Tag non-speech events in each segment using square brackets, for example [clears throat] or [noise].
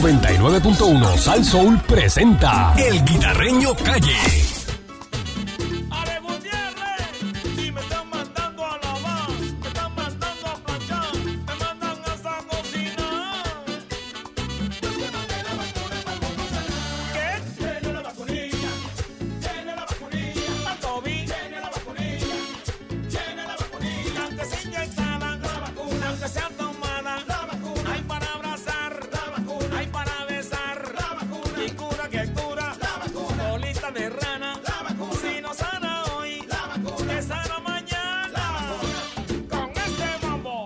99.1 Sal Soul presenta El Guitarreño Calle. ¡Ale Gutiérrez! Si me están mandando a lavar, me están mandando a planchar, me mandan hasta a cocinar. ¿Qué? Tiene la vacunilla, tiene la vacunilla. Mandovi, tiene la vacunilla, tiene la vacunilla. Aunque se inyectaran la vacuna, aunque sea tomada la vacuna. Hay para abrazar la vacuna, hay para besar la vacuna. Y cura que cura la vacuna. Bolita de rana la vacuna. Si no sana hoy, la vacuna. Que sana mañana la vacuna. Con este mambo.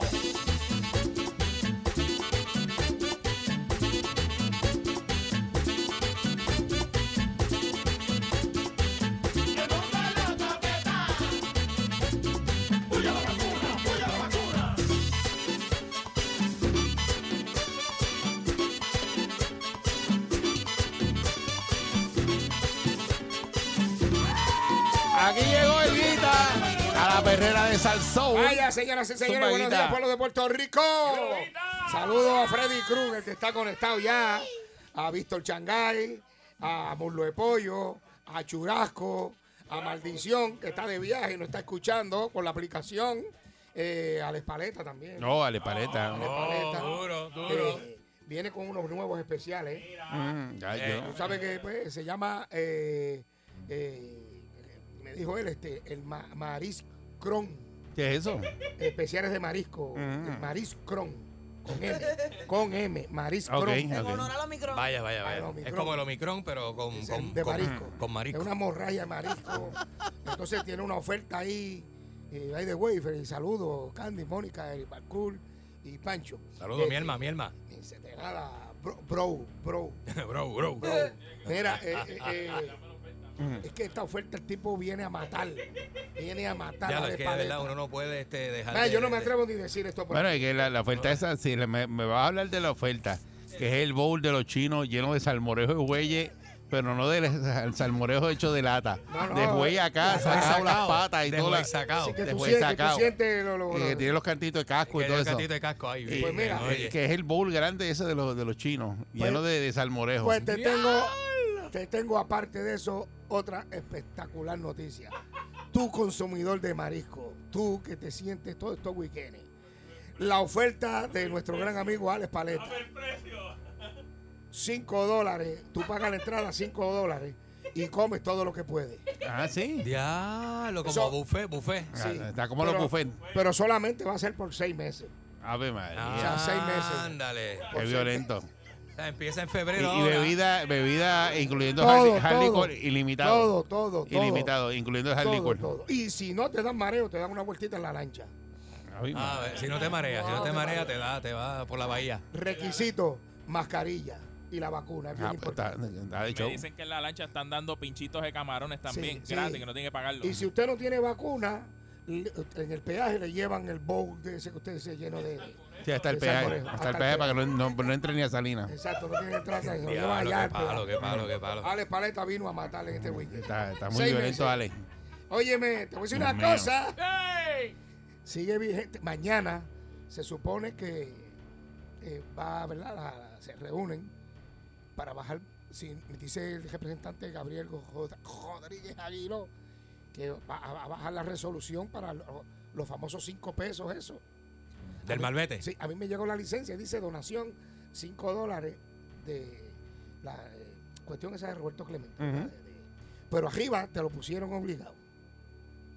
Aquí llegó el Guita a la perrera de Salsou. Vaya, señoras y señores, Zumba, buenos Guita. días, pueblo de Puerto Rico. Saludos a Freddy Cruz, el que está conectado ya, a Víctor Changay, a Muslo de Pollo, a Churasco, a Maldición, que está de viaje y nos está escuchando con la aplicación, eh, a la espaleta también. No, vale, paleta. Paleta. duro, duro. Eh, viene con unos nuevos especiales. Mm, ya, yo. Tú sabes que pues, se llama, eh, eh, me dijo él, este, el ma- Mariscron. ¿Qué es eso? especiales de marisco, Ah. el mariscron, con M, con M, mariscron. Ok, En honor ok. al Omicron. Vaya, vaya, Al vaya. Es Omicron. como el Omicron, pero con, Es con, de con- marisco. con marisco. Es una morralla de marisco. Entonces tiene una oferta ahí, eh, ahí de wafer, y saludos, Candy, Mónica, el Parkour y Pancho. Saludos, Eh, mielma, mielma. [laughs] eh, Se te da la bro, bro, bro. bro, bro, bro. Mira, eh, eh, eh, es que esta oferta el tipo viene a matar, viene a matar. Ya, a lo la es que de paleta. verdad uno no puede este, dejar. Mira, de- yo no me de- atrevo ni a decir esto. pues. por Bueno, aquí. es que la, la oferta esa, si le- me, me vas a hablar de la oferta, que es el bowl de los chinos lleno de salmorejo y huelle, pero no del sal- salmorejo hecho de lata. No, no, de huelle acá, de sacado huelle las sacado, patas y de todo. huelle la- sacado. Así que de tú, huelle sientes- tú sacado. sientes lo- lo- y que lo- tiene los cantitos de casco Que y todo el eso. cantito de casco ahí. Pues bien, mira, oye. Eh, Que es el bowl grande ese de los, de los chinos, lleno de, de salmorejo. Pues te tengo, te tengo aparte de eso otra espectacular noticia. Tú consumidor de marisco, tú que te sientes todos estos weekendes, la oferta de nuestro gran amigo Alex Paleta. 5 dólares, tú pagas la entrada 5 dólares y comes todo lo que puedes. Ah, sí. Diablo, como Eso- buffet, buffet. Ah, está como los pero- buffet. Pero solamente va a ser por 6 meses. Ave María. sea, seis meses. Ándale. por Es seis violento. O sea, empieza en Y, febrero. y ahora. bebida, bebida incluyendo Todo, hard, hard todo, liquor ilimitado. todo, todo, todo. Ilimitado, incluyendo hard Todo, liquor. todo. Y si no te dan mareo, te dan una vueltita en la lancha. Ave Ah, a María. ver, si no te mareas, si no te mareas, te da, te va por la bahía. Requisito, mascarilla y la vacuna. Es bien Ah, pues, está, importante. está de show. Me dicen que en la lancha están dando pinchitos de camarones también, Sí, sí. gratis, que no tiene que pagarlo. Y si usted no tiene vacuna, le- en el peaje le llevan el bowl de ese que usted se lleno de... Sí, hasta el de peaje. salmorejo. Hasta el peaje para que no, no- no entre ni a Salina. Exacto, no tiene que entrar hasta ahí, se lo llevan Diablo, allá qué al peaje. palo, qué palo, qué palo. Ale Paleta vino a matarle en este weekend. Está, está muy Seis violento, meses. Ale. Óyeme, te voy a decir Dios una mío. cosa. Sigue vigente. Mañana se supone que eh, va, ¿verdad? La- la- se reúnen para bajar. Si, dice el representante Gabriel Go- Jod- Rodríguez Aguiló que va a, a bajar la resolución para lo- los famosos cinco pesos, eso. Del malvete. Sí, a mí me llegó la licencia, dice donación 5 dólares de la eh, cuestión esa de Roberto Clemente. ¿verdad? De- de- pero arriba te lo pusieron obligado.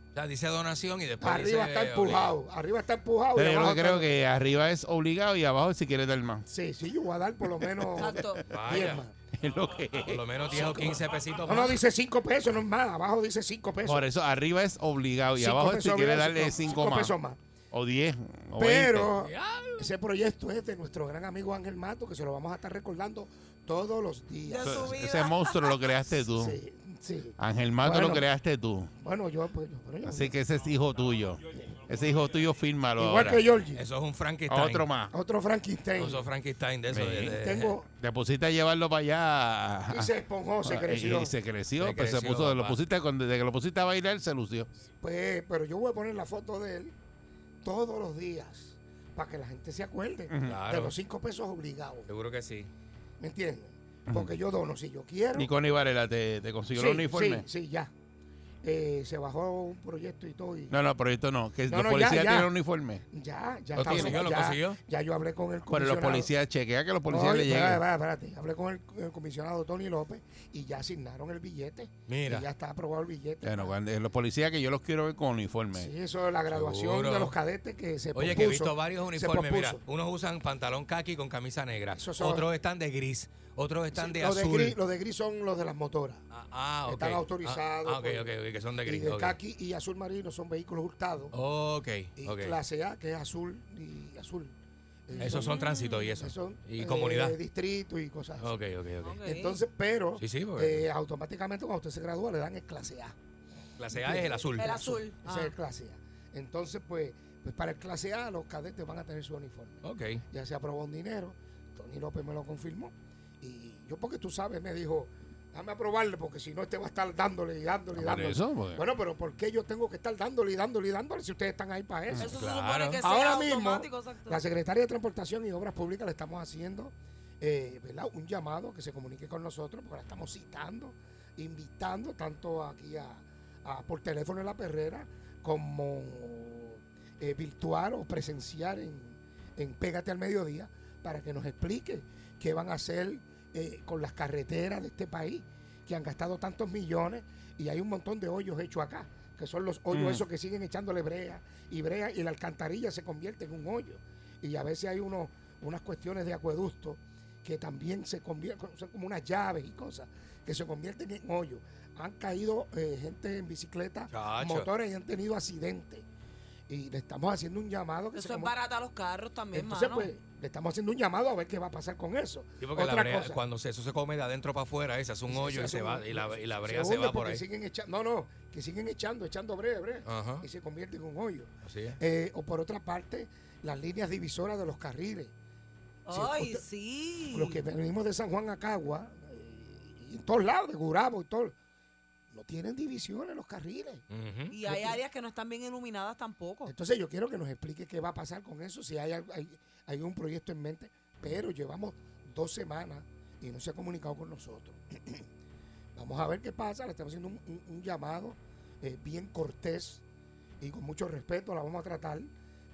O sea, dice donación y después. Arriba dice, está eh, empujado, arriba está empujado. y Pero yo abajo lo que creo está- que arriba es obligado y abajo si quieres dar más. [laughs] Sí, sí, yo voy a dar por lo menos Exacto. 10 Vaya. más. Es lo que Por es. lo menos 10 o 15 pesitos No, más. no, dice 5 pesos, no es más. Abajo dice 5 pesos. Por eso, arriba es obligado y Cinco abajo es si pesos quieres obligado, darle cinco- 5 cinco más. pesos más. O 10. O 20. Pero ese proyecto es de nuestro gran amigo Ángel Mato, que se lo vamos a estar recordando todos los días. De su Ese- vida. Ese monstruo lo creaste tú. Sí, sí. Ángel Mato lo Bueno. creaste tú. Bueno, yo, pues, yo- bueno, yo- Así que ese es hijo tuyo. Ese hijo tuyo, fírmalo igual ahora. que Georgie. Eso es un Frankenstein. Otro más. Otro Frankenstein. Eso es Frankenstein de eso. Sí. de- de- [laughs] Tengo, Te pusiste a llevarlo para allá. dice esponjoso, se Ah, Y- creció. Y, se creció, Se pues se creció, puso, lo papá. pusiste, cuando- desde que lo pusiste a bailar, se lució. Pues, pero yo voy a poner la foto de él todos los días para que la gente se acuerde Claro. de los cinco pesos obligados. Seguro que sí. ¿Me entiendes? Porque yo dono si yo quiero. Nicole Varela, ¿te, te consiguió el uniforme? Sí, sí, ya. Eh, se bajó un proyecto y todo. y- No, no, pero esto no. Que los No, no, ya, policías ya. tienen el uniforme. Ya, ya Lo estaba- consiguió, lo ya- consiguió. Ya yo hablé con Pero el los comisionado. policías, chequea que los policías Oye, le lleguen. espérate, espérate, espérate. Hablé con el, con el comisionado Tony López y ya asignaron el billete. Mira. Y ya está aprobado el billete. Bueno, cuando- eh, los policías que yo los quiero ver con uniforme. Ah, Sí, eso es la graduación Seguro. de los cadetes que se Oye, propuso. que he visto varios se uniformes. Mira, pospuso. unos usan pantalón khaki con camisa negra. Eso son- Otros están de gris. Otros están Sí, de los, de azul. gris, los de gris son los de las motoras. Ah, ah, ok. Están Ah, autorizados Ah, ok, por- ok, ok, que son de Y gris. de ok. caqui y azul marino son vehículos hurtados. Ok, Y ok. clase A, que es azul y azul. Eh, Esos son tránsito y eso. esos son, y eh, comunidad. distrito y cosas así. Ok, ok, ok. Entonces, pero Sí, sí, porque- eh, automáticamente cuando usted se gradúa le dan el clase A. Clase A Ah, es el azul. El azul. Ese Ah. es el clase A. Entonces, pues, pues para el clase A los cadetes van a tener su uniforme. Ok. Ya se aprobó un dinero, Tony López me lo confirmó. Y yo, porque tú sabes, me dijo, dame a probarle, porque si no, este va a estar dándole y dándole y Ah, Por dándole. eso, pues. porque- Bueno, pero ¿por qué yo tengo que estar dándole y dándole y dándole si ustedes están ahí para eso? Eso Claro. se supone que sea Ahora mismo, automático, exacto. La Secretaría de Transportación y Obras Públicas le estamos haciendo eh, ¿verdad? un llamado a que se comunique con nosotros, porque la estamos citando, invitando tanto aquí a, a- por teléfono en la perrera como eh, virtual o presencial en, en Pégate al Mediodía para que nos explique qué van a hacer eh, con las carreteras de este país que han gastado tantos millones y hay un montón de hoyos hechos acá, que son los hoyos Mm. esos que siguen echándole brea y brea y la alcantarilla se convierte en un hoyo. Y a veces hay unos unas cuestiones de acueducto que también se convierten, son como unas llaves y cosas, que se convierten en hoyos. Han caído eh, gente en bicicleta, Chacho. motores y han tenido accidentes. Y le estamos haciendo un llamado que se Eso es comu- barata a los carros también, Entonces, mano. pues, le estamos haciendo un llamado a ver qué va a pasar con eso. Sí, porque la Otra brea, cosa. cuando se- eso se come de adentro para afuera, eh, se hace un hoyo y hace se un- va, y la, y la brea se, hunde va por porque ahí. siguen echa- no, no, que siguen echando, echando brea, brea, Ajá. y se convierte en un hoyo. Así es. Eh, o por otra parte, las líneas divisoras de los carriles. si Ay, usted- sí. Los que venimos de San Juan a Cagua, eh, y en todos lados, de Gurabo y todo, no tienen divisiones los carriles. Ujú. Y hay áreas que no están bien iluminadas tampoco. Entonces yo quiero que nos explique qué va a pasar con eso, si hay, algo- hay, hay un proyecto en mente, pero llevamos dos semanas y no se ha comunicado con nosotros. [clears throat] Vamos a ver qué pasa, le estamos haciendo un, un- un llamado eh, bien cortés y con mucho respeto, la vamos a tratar,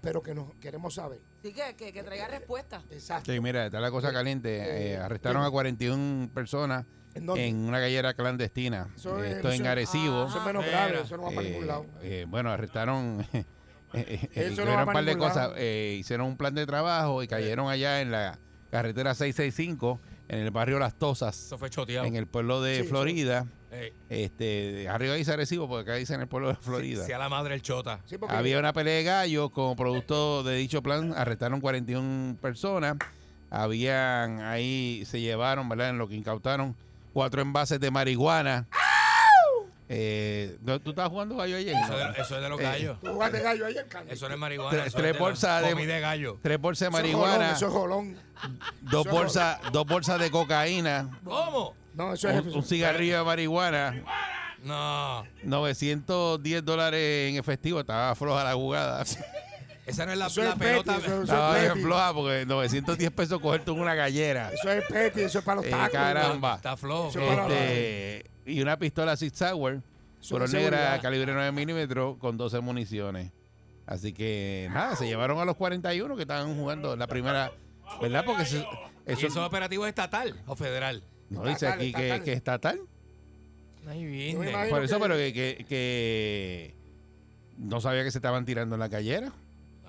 pero que nos queremos saber. Así que, que, que traiga respuestas. Exacto. Sí, mira, está la cosa caliente. Eh, Eh, arrestaron eh. a 41 personas ¿En dónde? en una gallera clandestina. Eso Eh, es- Ah, Esto es en eso- Arecibo. Eso es menos Ah, Mira. grave, eso no va para Eh, ningún lado. eh, bueno, arrestaron. [laughs] eh, eh, eh, Eso no tuvieron va un para par de ningún cosas. lado. eh, hicieron un plan de trabajo y cayeron allá en la carretera 665, en el barrio Las Tosas, Eso fue choteado. en el pueblo de Sí, eso- Florida. Eh, Este, de arriba dice Arecibo, porque acá dice en el pueblo de Florida. sea la madre el chota. Sí, porque Había una pelea de gallos como producto de dicho plan. Arrestaron 41 personas. Habían ahí, se llevaron, ¿verdad? En lo que incautaron, cuatro envases de marihuana. Eh, ¿no- ¿Tú estabas jugando gallo ayer? Eso, de- eso es de los Eh, gallos. tú jugaste gallo ayer, Carlos. Eso no es marihuana. Tres- eso es tres de la bolsas de- comida de gallo. Tres bolsas de Eso es jolón, marihuana, Eso es jolón. dos, bolsas, dos bolsas de cocaína, ¿Cómo? No, eso es... un, un cigarrillo de marihuana, No. 910 dólares en efectivo. Estaba floja la jugada. Esa no es la, Eso la es pelota. Betty, eso- Estaba bien petty. floja porque 910 pesos cogerte en una gallera. Eso es petty, eso es para los Eh, tacos. caramba. Está, está flojo. Eso flojo. para la- Este, y una pistola Six Sauer, Eso color es negra, seguridad. calibre 9 milímetros, con 12 municiones. Así que, nada, se llevaron a los 41 que estaban jugando la primera, ¿verdad? Porque se- ¿Y eso eso, es operativo estatal o federal? no dice Estatal, aquí que, estatal. que estatal. Ay, Yo me bien. imagino Por eso, que- pero que, que, que no sabía que se estaban tirando en la callera.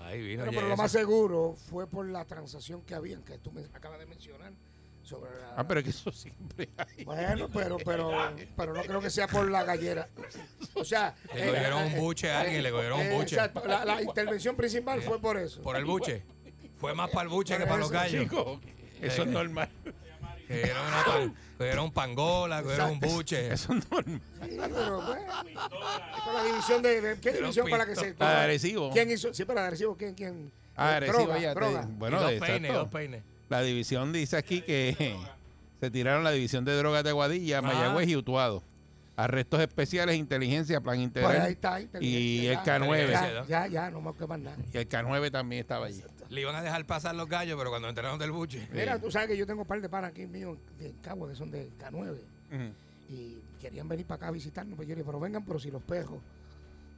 Ay, vino. Bueno, oye, pero lo eso. más seguro fue por la transacción que habían, que tú me acabas de mencionar. Sobre la- Ah, pero es que eso siempre hay. Bueno, pero, pero, pero no creo que sea por la gallera. O sea. Le cogieron un buche a alguien, le cogieron un eh, buche. exacto, la, la intervención principal fue por eso. Por el buche. Fue más para el buche Por que para los eso, gallos. Chico, eso es normal. Cogieron, una pan- cogieron pangola, cogieron un buche. Eso es normal. Sí, pero, bueno, con la división de. de- ¿Qué división para la que Ah, se.? Para Arecibo. ¿Quién hizo? Sí, para agresivo. ¿Quién? quién Ah, Eh, Arecibo droga, ya te- droga. Y Bueno, dos exacto. peines, dos peines. La división dice aquí que se tiraron la división de drogas de Aguadilla, Mayagüez y Utuado. Arrestos especiales, inteligencia, plan Pues ahí integral. está, y inteligencia, el ya. K9. Ya, ya, ya, no me queman nada. Y el K9 también estaba allí. Le iban a dejar pasar los gallos, pero cuando entraron del buche. Mira, tú sabes que yo tengo un par de panas aquí míos de Cagua que son de K9 Ujú. y querían venir para acá a visitarnos, pero yo le dije, pero vengan, pero si los perros,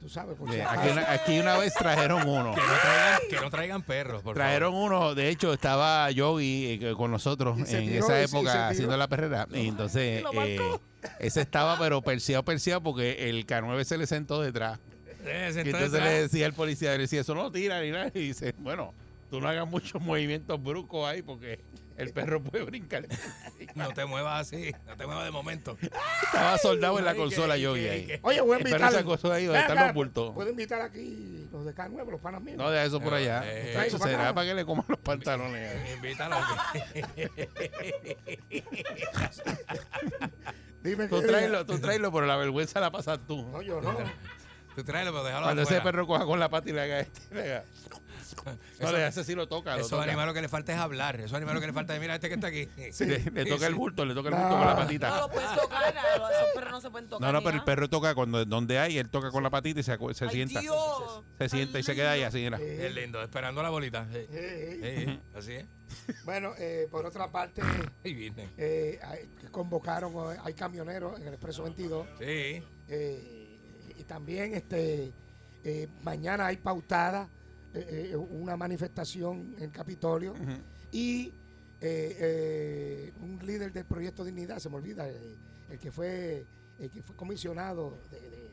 tú sabes, por si Eh, aquí, acaso. una, aquí una vez trajeron uno. Que no traigan, que no traigan perros, por Trajeron uno, de hecho estaba Yogi eh, con nosotros Y se en tiró, esa y se- y se época tiró. haciendo la perrera. Y entonces Lo marcó. eh, ese estaba pero perseado, perseado porque el K9 se le sentó detrás. favor. Eh, se Y entra entonces le detrás. decía al policía, le decía, eso no tira ni nada. Y dice, bueno, tú no hagas muchos movimientos bruscos ahí porque el perro puede brincar. No te muevas así, no te muevas de momento. Estaba soldado en la Ay, que- consola que- Yogi que- ahí. que- Oye, voy a Espera invitar. esa cosa ahí, donde Ven están acá, los bultos. Puedo invitar aquí los de K9, los panas míos. No, deja eso por allá. Eh, Chacho, eso para será acá. para que le coman los pantalones. Invítalo. Dime Tú qué- tráelo, tú tráelo, pero la vergüenza la pasas tú. No, [laughs] yo no. [laughs] Tú tráelo, pero déjalo Cuando ese afuera. perro coja con la pata y le haga este, le haga. No, Eso- le hace si lo toca. lo Esos toca. animales lo que le falta es hablar. Esos animales lo que le falta es, mira, este que está aquí. Le, [laughs] le toca el bulto, le toca el bulto No. con la No patita. lo [laughs] pueden tocar, a los- esos perros no se pueden tocar. No, no, ni pero el nada. perro toca cuando donde hay, él toca con la patita y se, acu- se Ay, sienta. Dios, Se sienta y se queda ahí así, mira. Eh, Es lindo, esperando la bolita. Sí, eh, eh. sí, sí, así es. Bueno, eh, por otra parte, Ahí viene. eh, hay- que convocaron, eh, hay camioneros en el Expreso 22. Sí. eh, y también este eh, mañana hay pautada eh, eh, una manifestación en Capitolio Ujú. y eh, eh, un líder del proyecto Dignidad, se me olvida, eh, el que fue el que fue comisionado de, de-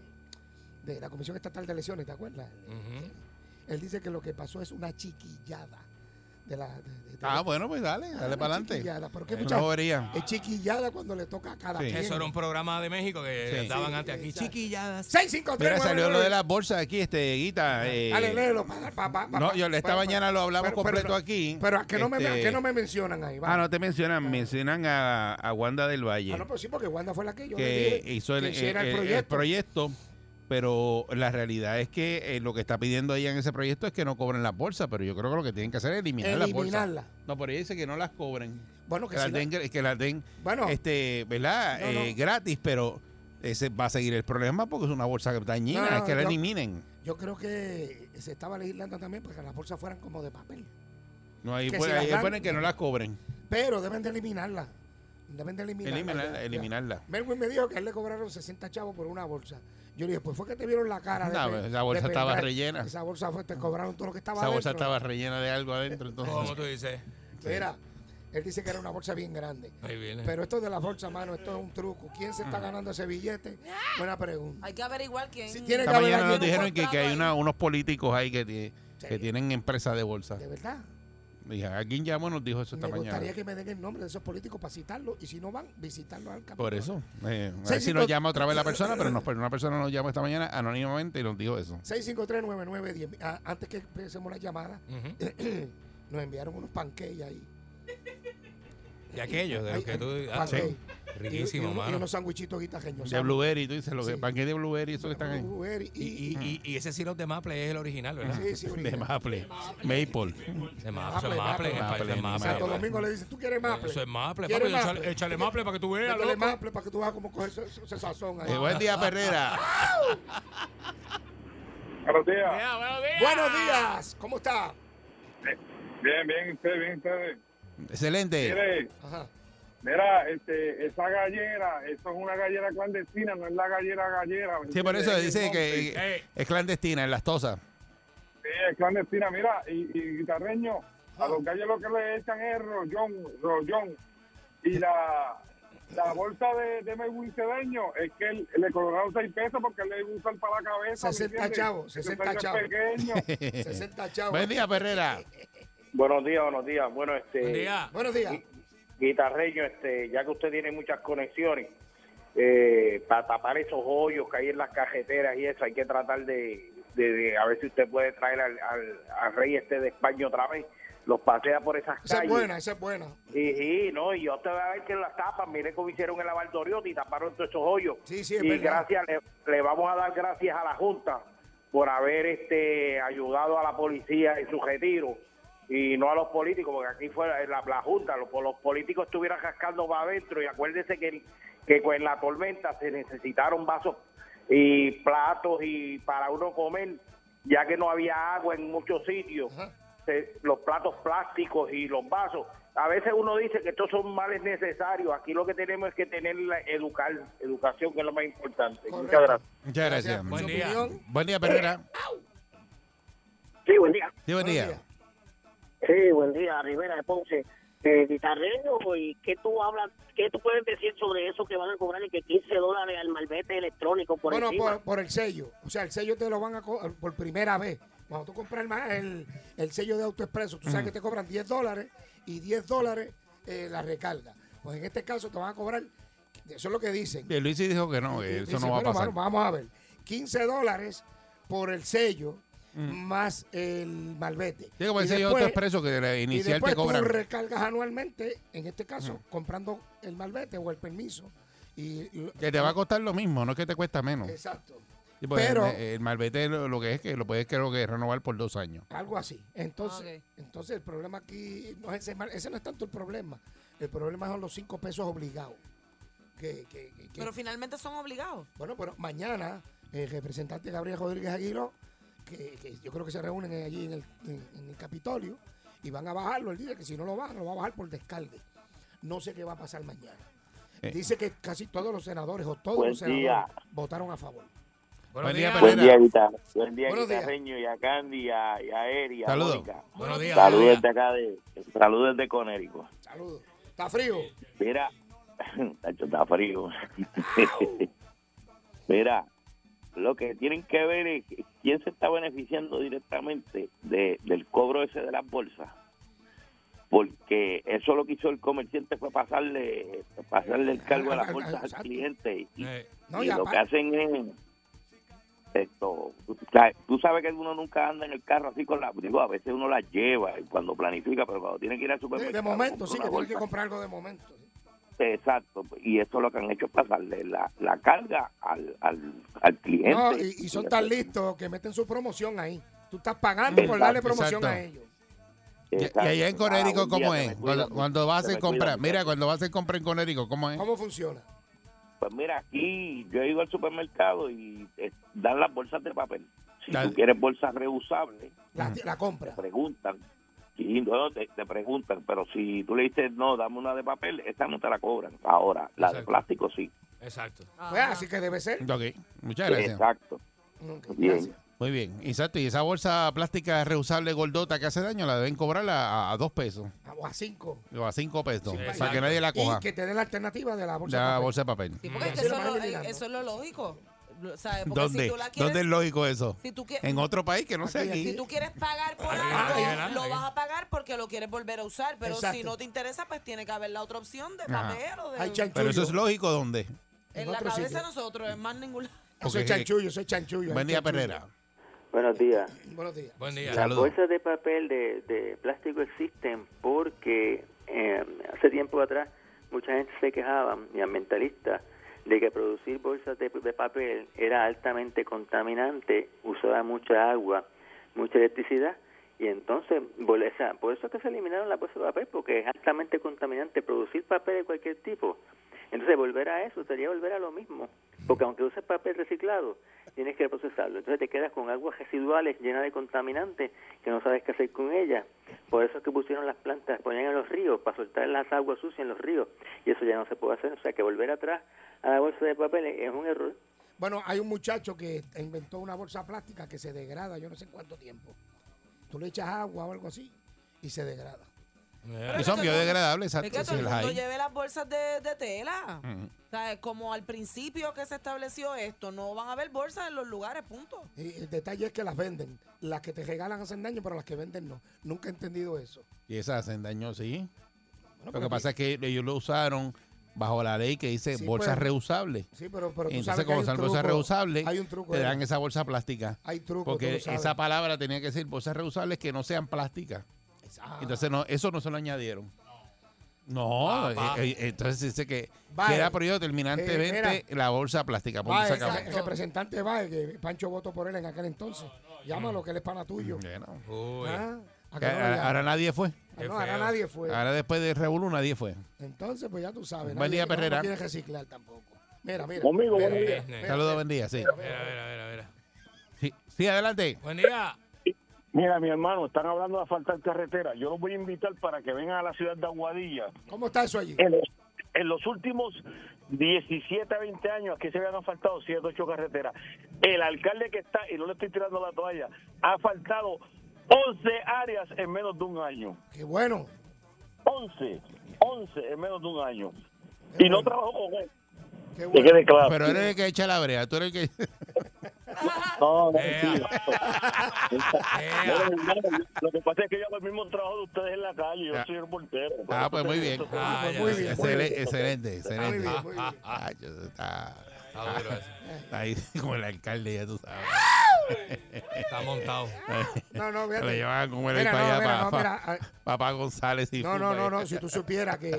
de la Comisión Estatal de Elecciones, ¿te acuerdas? Ujú. Él dice que lo que pasó es una chiquillada de la. de- de- de- Ah, bueno, pues dale, una dale para adelante. chiquillada, pero que Una mucha- bobería. es chiquillada cuando le toca a cada Sí. quien. Eso era un programa de México que Sí. daban Sí, antes aquí. exacto. Chiquilladas. 653 Mira, salió lo de las bolsas aquí, este, Guita. eh, Dale, léelo. pa- pa- pa- pa- no, yo esta pero- mañana lo hablamos pero- pero- completo pero- aquí. Pero ¿a qué, no me, a Este, qué no me mencionan ahí? Va. Ah, no te mencionan, mencionan a, a Wanda del Valle. Ah, no, pero sí, porque Wanda fue la que yo le que dije hizo el, que hiciera el- el- el proyecto, pero la realidad es que eh, lo que está pidiendo ella en ese proyecto es que no cobren las bolsas, pero yo creo que lo que tienen que hacer es eliminar, las bolsas. Eliminarla. No, pero ella dice que no las cobren, Bueno, que que si las no- den, que las den Bueno, este, ¿verdad? No, Eh, no. Gratis, pero ese va a seguir el problema porque es una bolsa dañina, No, no, es que la yo- eliminen. yo creo que se estaba legislando también para que las bolsas fueran como de papel. No, ahí Que pone- si las ahí dan- ponen que no las cobren, Pero deben de eliminarla. Deben de eliminarla. eliminarla. eliminarla. Melwin me dijo que a él le cobraron 60 chavos por una bolsa. Yo le dije, pues fue que te vieron la cara. de No, pe- esa bolsa de estaba pendeja. rellena. Esa bolsa fue, te cobraron todo lo que estaba Esa bolsa adentro. estaba rellena de algo adentro, Como entonces. tú dices. Mira, él dice que era una bolsa bien grande. Ahí viene. Pero esto de la bolsa, mano, esto es un truco. ¿Quién se está ganando ese billete? Buena pregunta. hay que averiguar quién. Si tiene Esta que haber mañana nos alguien- dijeron que, que hay ahí. una- unos políticos ahí que, tie- que Sí. tienen empresas de bolsa. De verdad. Dije, ¿a quién llamó? Nos dijo eso Me esta gustaría mañana. que me den el nombre de esos políticos para citarlos y si no van, visitarlos al capitán. Por eso. eh, a ver Seis, si cinco- nos llama otra vez la persona, pero nos- pero una persona nos llamó esta mañana anónimamente y nos dijo eso. 653-9910. Ah, antes que empecemos la llamada, [clears throat] Ujú. nos enviaron unos panqueques ahí. Y aquello de lo que tú. ah, Pancake. y, y Riquísimo, uno- y mano. unos sanguichitos guitajeños. De Blueberry, tú dices, lo que Sí. panque de Blueberry, eso que están ahí. Blueberry Y, y- y- y- y ese sirope de maple es el original, ¿verdad? Sí, sí, De Maple, Maple. De maple, maple, Maple, maple, en España, maple. de maple. Santo Domingo le dice, ¿tú quieres maple? Eso es maple, ¿Quieres papi. Échale, maple? échale maple para que tú veas, Métele loco. maple para que tú veas cómo coger ese, ese sazón ahí. Eh, buen día, Perrera. Buenos días. Mira, buenos días. Buenos días, ¿cómo está? Bien, bien, ustedes, bien, ustedes. Excelente. Mire, Ajá. mira, este, esa gallera, eso es una gallera clandestina, no es la gallera gallera. ¿me Sí, por entiendes? eso Es dice el que nombre. eh, es clandestina, en las tosas. Sí, es clandestina, mira, y, y guitarreño, a los gallos lo que le echan es rollón, rollón. Y la, la bolsa de, de Melvin Cedeño es que él- le colocaron seis pesos porque él le gusta el para la cabeza. ¿me 60 entiendes? chavos, Ese 60 señor chavos. pequeño. [laughs] 60 chavos. Buen día, Perrera. Eh, Buenos días, buenos días. Bueno, este, Buen día. Buenos días. guitarreño, este, ya que usted tiene muchas conexiones, eh, para tapar esos hoyos que hay en las carreteras y eso, hay que tratar de, de- de- a ver si usted puede traer al, al- al rey este de España otra vez, los pasea por esas Esa es calles. buena, esa es buena. Y, y, no, y yo te voy a ver que las tapan, mire cómo hicieron el abaldoriote y taparon todos esos hoyos. Sí, sí, es y verdad. gracias, le, le vamos a dar gracias a la Junta por haber este ayudado a la policía en su retiro y no a los políticos, porque aquí fue la, la- la Junta, los, los políticos estuvieran cascando para adentro y acuérdese que, que con la tormenta se necesitaron vasos y platos y para uno comer, ya que no había agua en muchos sitios. Ajá. se- los platos plásticos y los vasos. A veces uno dice que estos son males necesarios. Aquí lo que tenemos es que tener la educar, educación, que es lo más importante. Muchas gracias. Muchas gracias. Buen día. Buen día, Perrera. Sí, buen día. Sí, buen día. Sí, buen día, Rivera de Ponce. Eh, guitarreño, ¿y qué tú hablas, qué tú puedes decir sobre eso que van a cobrar y que 15 dólares al malvete electrónico por bueno, encima? por, pues, por el sello. O sea, el sello te lo van a cobrar por primera vez. Cuando tú compras el, ma- el, el sello de AutoExpreso, tú sabes Ujú. que te cobran 10 dólares y 10 dólares eh, la recarga. Pues en este caso te van a cobrar, eso es lo que dicen. Eh, Luis sí dijo que no, que eso Dice, no va a bueno, pasar. mano, vamos a ver, 15 dólares por el sello Mm. más el malvete. Sí, como Y decía yo, después- AutoExpreso, que de la y inicial te después cobran. Mm. Tú recargas anualmente, en este caso, Ujú. comprando el malvete o el permiso. Y, Que te va a costar lo mismo, no es que te cuesta menos. Exacto. Sí, porque Pero- el, el malvete lo, lo que es que lo puedes creo que renovar por dos años. Algo así. Entonces, entonces el problema aquí no es ese, mal- ese no es tanto el problema. El problema son los cinco pesos obligados. Que, que- que- que- Pero finalmente son obligados. bueno, pero mañana el representante Gabriel Rodríguez Aguiló, que, que yo creo que se reúnen allí en el, en- en el Capitolio y van a bajarlo el día que si no lo bajan lo va a bajar por descargue. No sé qué va a pasar mañana. Eh. Dice que casi todos los senadores o todos Buen los senadores día. votaron a favor. Buen día, Buen día, Perrera. guitar buen día Buenos días. guitarreño, y a Candy, y a, y a Eri, y a Saludos. Mónica. Buenos días. Saludos de acá, de, saludos de Conérico. Saludos. ¿Está frío? [laughs] Mira, Tacho, está frío. Mira, lo que tienen que ver es que quién se está beneficiando directamente de- del cobro ese de las bolsas. Porque eso lo que hizo el comerciante fue pasarle pasarle el cargo de las bolsas al cliente. Y, Eh, No, y y lo aparte- que hacen es esto. tú sabes- Tú sabes que uno nunca anda en el carro así con la. Digo, a veces uno las lleva y cuando planifica, pero cuando tiene que ir al de, supermercado. de momento, compra sí, pues, una que tienen que bolsa. comprar algo de momento. Exacto, y eso lo que han hecho es pasarle la, la carga al, al, al cliente. No, y, y son tan listos que meten su promoción ahí. Tú estás pagando por darle promoción Exacto. a ellos. Y, Exacto. y allá en Conérico, Ah, buen día, ¿cómo te me es? cuidas, Cuando, cuando vas te a me comprar, cuidas, mira, cuando vas a comprar en Conérico, ¿cómo es? ¿Cómo funciona? Pues mira, aquí yo he ido al supermercado y eh, dan las bolsas de papel. Si Dale. tú quieres bolsas reusables, La, Ujú. la te compra. preguntan. Sí, no, te, te preguntan, pero si tú le dices, no, dame una de papel, esta no te la cobran. Ahora, la de Exacto. plástico sí. Exacto. Ah. Pues así que debe ser. Ok, muchas gracias. Exacto. Ok, Bien. gracias. Muy bien, exacto. Y esa bolsa plástica reusable gordota que hace daño la deben cobrar a, a- a dos pesos O a cinco. o a cinco pesos Sí, para que exacto. nadie la Y coja. que te den la alternativa de la bolsa. de La papel. bolsa de papel. Sí, porque es que Sí, eso, lo lo- van eh, eliminando. eso es lo lógico. Lo- ¿sabes? Porque ¿Dónde? si tú la quieres, ¿Dónde es lógico eso? si tú quieres- En otro país que no sea Aquí, aquí. si tú quieres pagar por Ahí, algo, ahí, ahí, lo ahí. vas a pagar porque lo quieres volver a usar. Pero Exacto. si no te interesa, pues tiene que haber la otra opción de Ajá. papel o de. Hay chanchullo. Pero eso es lógico, ¿dónde? en en la otro cabeza sitio. de nosotros, es más ningún lado. Eso es Ok. chanchullo, eso es chanchullo. Buen hay día, chanchullo. Perrera. Buenos días. Buenos días. Buen día. Las Saludos. bolsas de papel de, de plástico existen porque eh, hace tiempo atrás mucha gente se quejaba, y ambientalistas, de que producir bolsas de, de papel era altamente contaminante, usaba mucha agua, mucha electricidad, y entonces, bol- o sea, por eso es que se eliminaron las bolsas de papel, porque es altamente contaminante producir papel de cualquier tipo. Entonces, volver a eso sería volver a lo mismo, porque aunque uses papel reciclado, tienes que procesarlo. Entonces, te quedas con aguas residuales llenas de contaminantes que no sabes qué hacer con ellas. Por eso es que pusieron las plantas, ponían en los ríos para soltar las aguas sucias en los ríos, y eso ya no se puede hacer. O sea, que volver atrás a la bolsa de papel es es un error. Bueno, hay un muchacho que inventó una bolsa plástica que se degrada yo no sé cuánto tiempo. Tú le echas agua o algo así y se degrada. Eh, Pero Y son es que todo- biodegradables, Es que exacto. todo si el las mundo hay. lleve las bolsas de, de tela. Ujú. ¿Sabes? Como al principio que se estableció esto, no van a haber bolsas en los lugares, punto. Y el detalle es que las venden. Las que te regalan hacen daño, pero las que venden no. Nunca he entendido eso. Y esas hacen daño, sí. Bueno, Lo pero que pasa es que ellos lo usaron bajo la ley que dice Sí, bolsas pero- reusables. Sí, pero, pero tú sabes Entonces, que hay como un son truco. bolsas reusables, Hay un truco. te ¿eh? dan esa bolsa plástica. Hay truco. Porque tú lo esa sabes. palabra tenía que decir bolsas reusables que no sean plásticas. Ah, Entonces, no, eso no se lo añadieron. No, Ah, eh, papi. eh, entonces dice que Vale. queda prohibido terminantemente Eh, la bolsa plástica. Punto, Baez, se acabó. el representante Baez, que Pancho votó por él en aquel entonces. Llámalo, que él es pana tuyo. Bueno, Uy. Ah, ¿a Mm. que que no lo ahora, llama? ahora nadie fue. Ah, qué no, ahora feo. nadie fue. Ahora después de Revolú nadie fue. Entonces, pues ya tú sabes. Buen nadie- día, no, Perrera. No quieres reciclar tampoco. Mira, mira. Conmigo, Mira, buenos días. eh, Saludos, buen día. Sí. mira, mira, mira, mira. Sí, sí, adelante. Buen día. Mira, mi hermano, están hablando de asfaltar carretera. Yo los voy a invitar para que vengan a la ciudad de Aguadilla. ¿Cómo está eso allí? En los, en los últimos 17 a 20 años aquí se habían asfaltado 7 8 carreteras. El alcalde que está, y no le estoy tirando la toalla, ha asfaltado 11 áreas en menos de un año. ¡Qué bueno! 11, 11 en menos de un año. y no trabajó con él. Qué Que quede claro. Pero eres el que echa la brea, tú eres el que... [laughs] No, no, sí. Bueno, hermano, yo- Lo que pasa es que yo hago el mismo trabajo de ustedes en la calle. Yo Ya. soy reportero. Ah, pues muy bien. Ah, ya, ya, ya. Excelente, excelente. Muy excelente. bien, muy bien. Ah, yo- está, Está duro eso. está [laughs] ahí como el alcalde, ya tú sabes. Está montado. No, no, fíjate. Lo llevaban como el Mira, para no, allá, mira, para, no, para- mira, ah, papá González. Y No, no, Fumba. no, no, si tú [laughs] supieras que...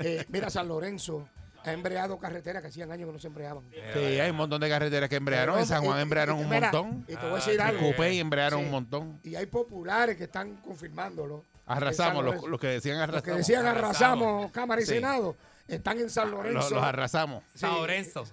eh, mira, San Lorenzo ha embreado carreteras que hacían años que no se embreaban. Sí, hay un montón de carreteras que embrearon. En San Juan Y- y- embrearon y- un eh, mira, montón. Ah, y te voy a decir algo. eh, En Coupey embrearon Sí. un montón. Y hay populares que están confirmándolo. Arrasamos, En San los, Lorenzo. los que decían arrasamos. Los que decían arrasamos Cámara y Sí. Senado están en San Los, Lorenzo. los arrasamos. Sí,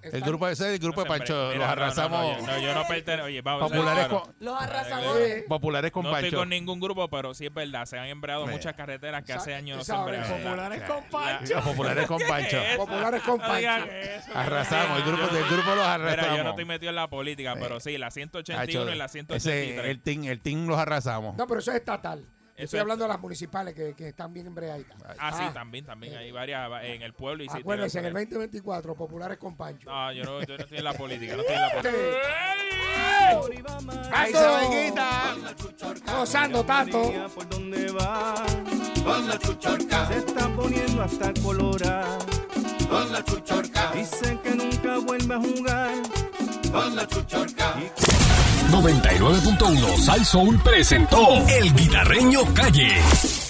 El grupo de ese, el grupo de Pues, Pancho, Mira, los no, no, arrasamos. No, yo- no, yo no pertenezco. Oye, vamos. Populares claro. con- Los arrasadores. Populares con no estoy Pancho. con ningún grupo, pero sí es verdad. Se han embrado Mira. muchas carreteras que Esa- hace años no se esa hora, embraban. populares La- con Pancho. la- Populares con ¿Qué Pancho. es [laughs] eso? Populares con No digan Pancho. eso. Arrasamos, el grupo, Yo- del grupo los Mira, yo no arrasamos. estoy metido en la política, pero sí, la 181 Hacho, y la 183. ese, el, team, el team los arrasamos. No, pero eso es estatal. Eso Yo Estoy es- hablando de las municipales que, que están bien embrejaditas. Ah, sí, también, también. Hay varias en el pueblo. y sí, Acuérdense, en tiene- el 2024, populares con Pancho. Ah, No, yo no, yo no estoy en la política. No estoy en la política. ¡Ahí se Gozando tanto. ¿Por dónde va? Con la Ah. chuchorca. Se está poniendo hasta colorada. Con la chuchorca. Dicen que nunca vuelve a jugar. Con la chuchorca. 99.1 Sal Soul presentó El Guitarreño Calle.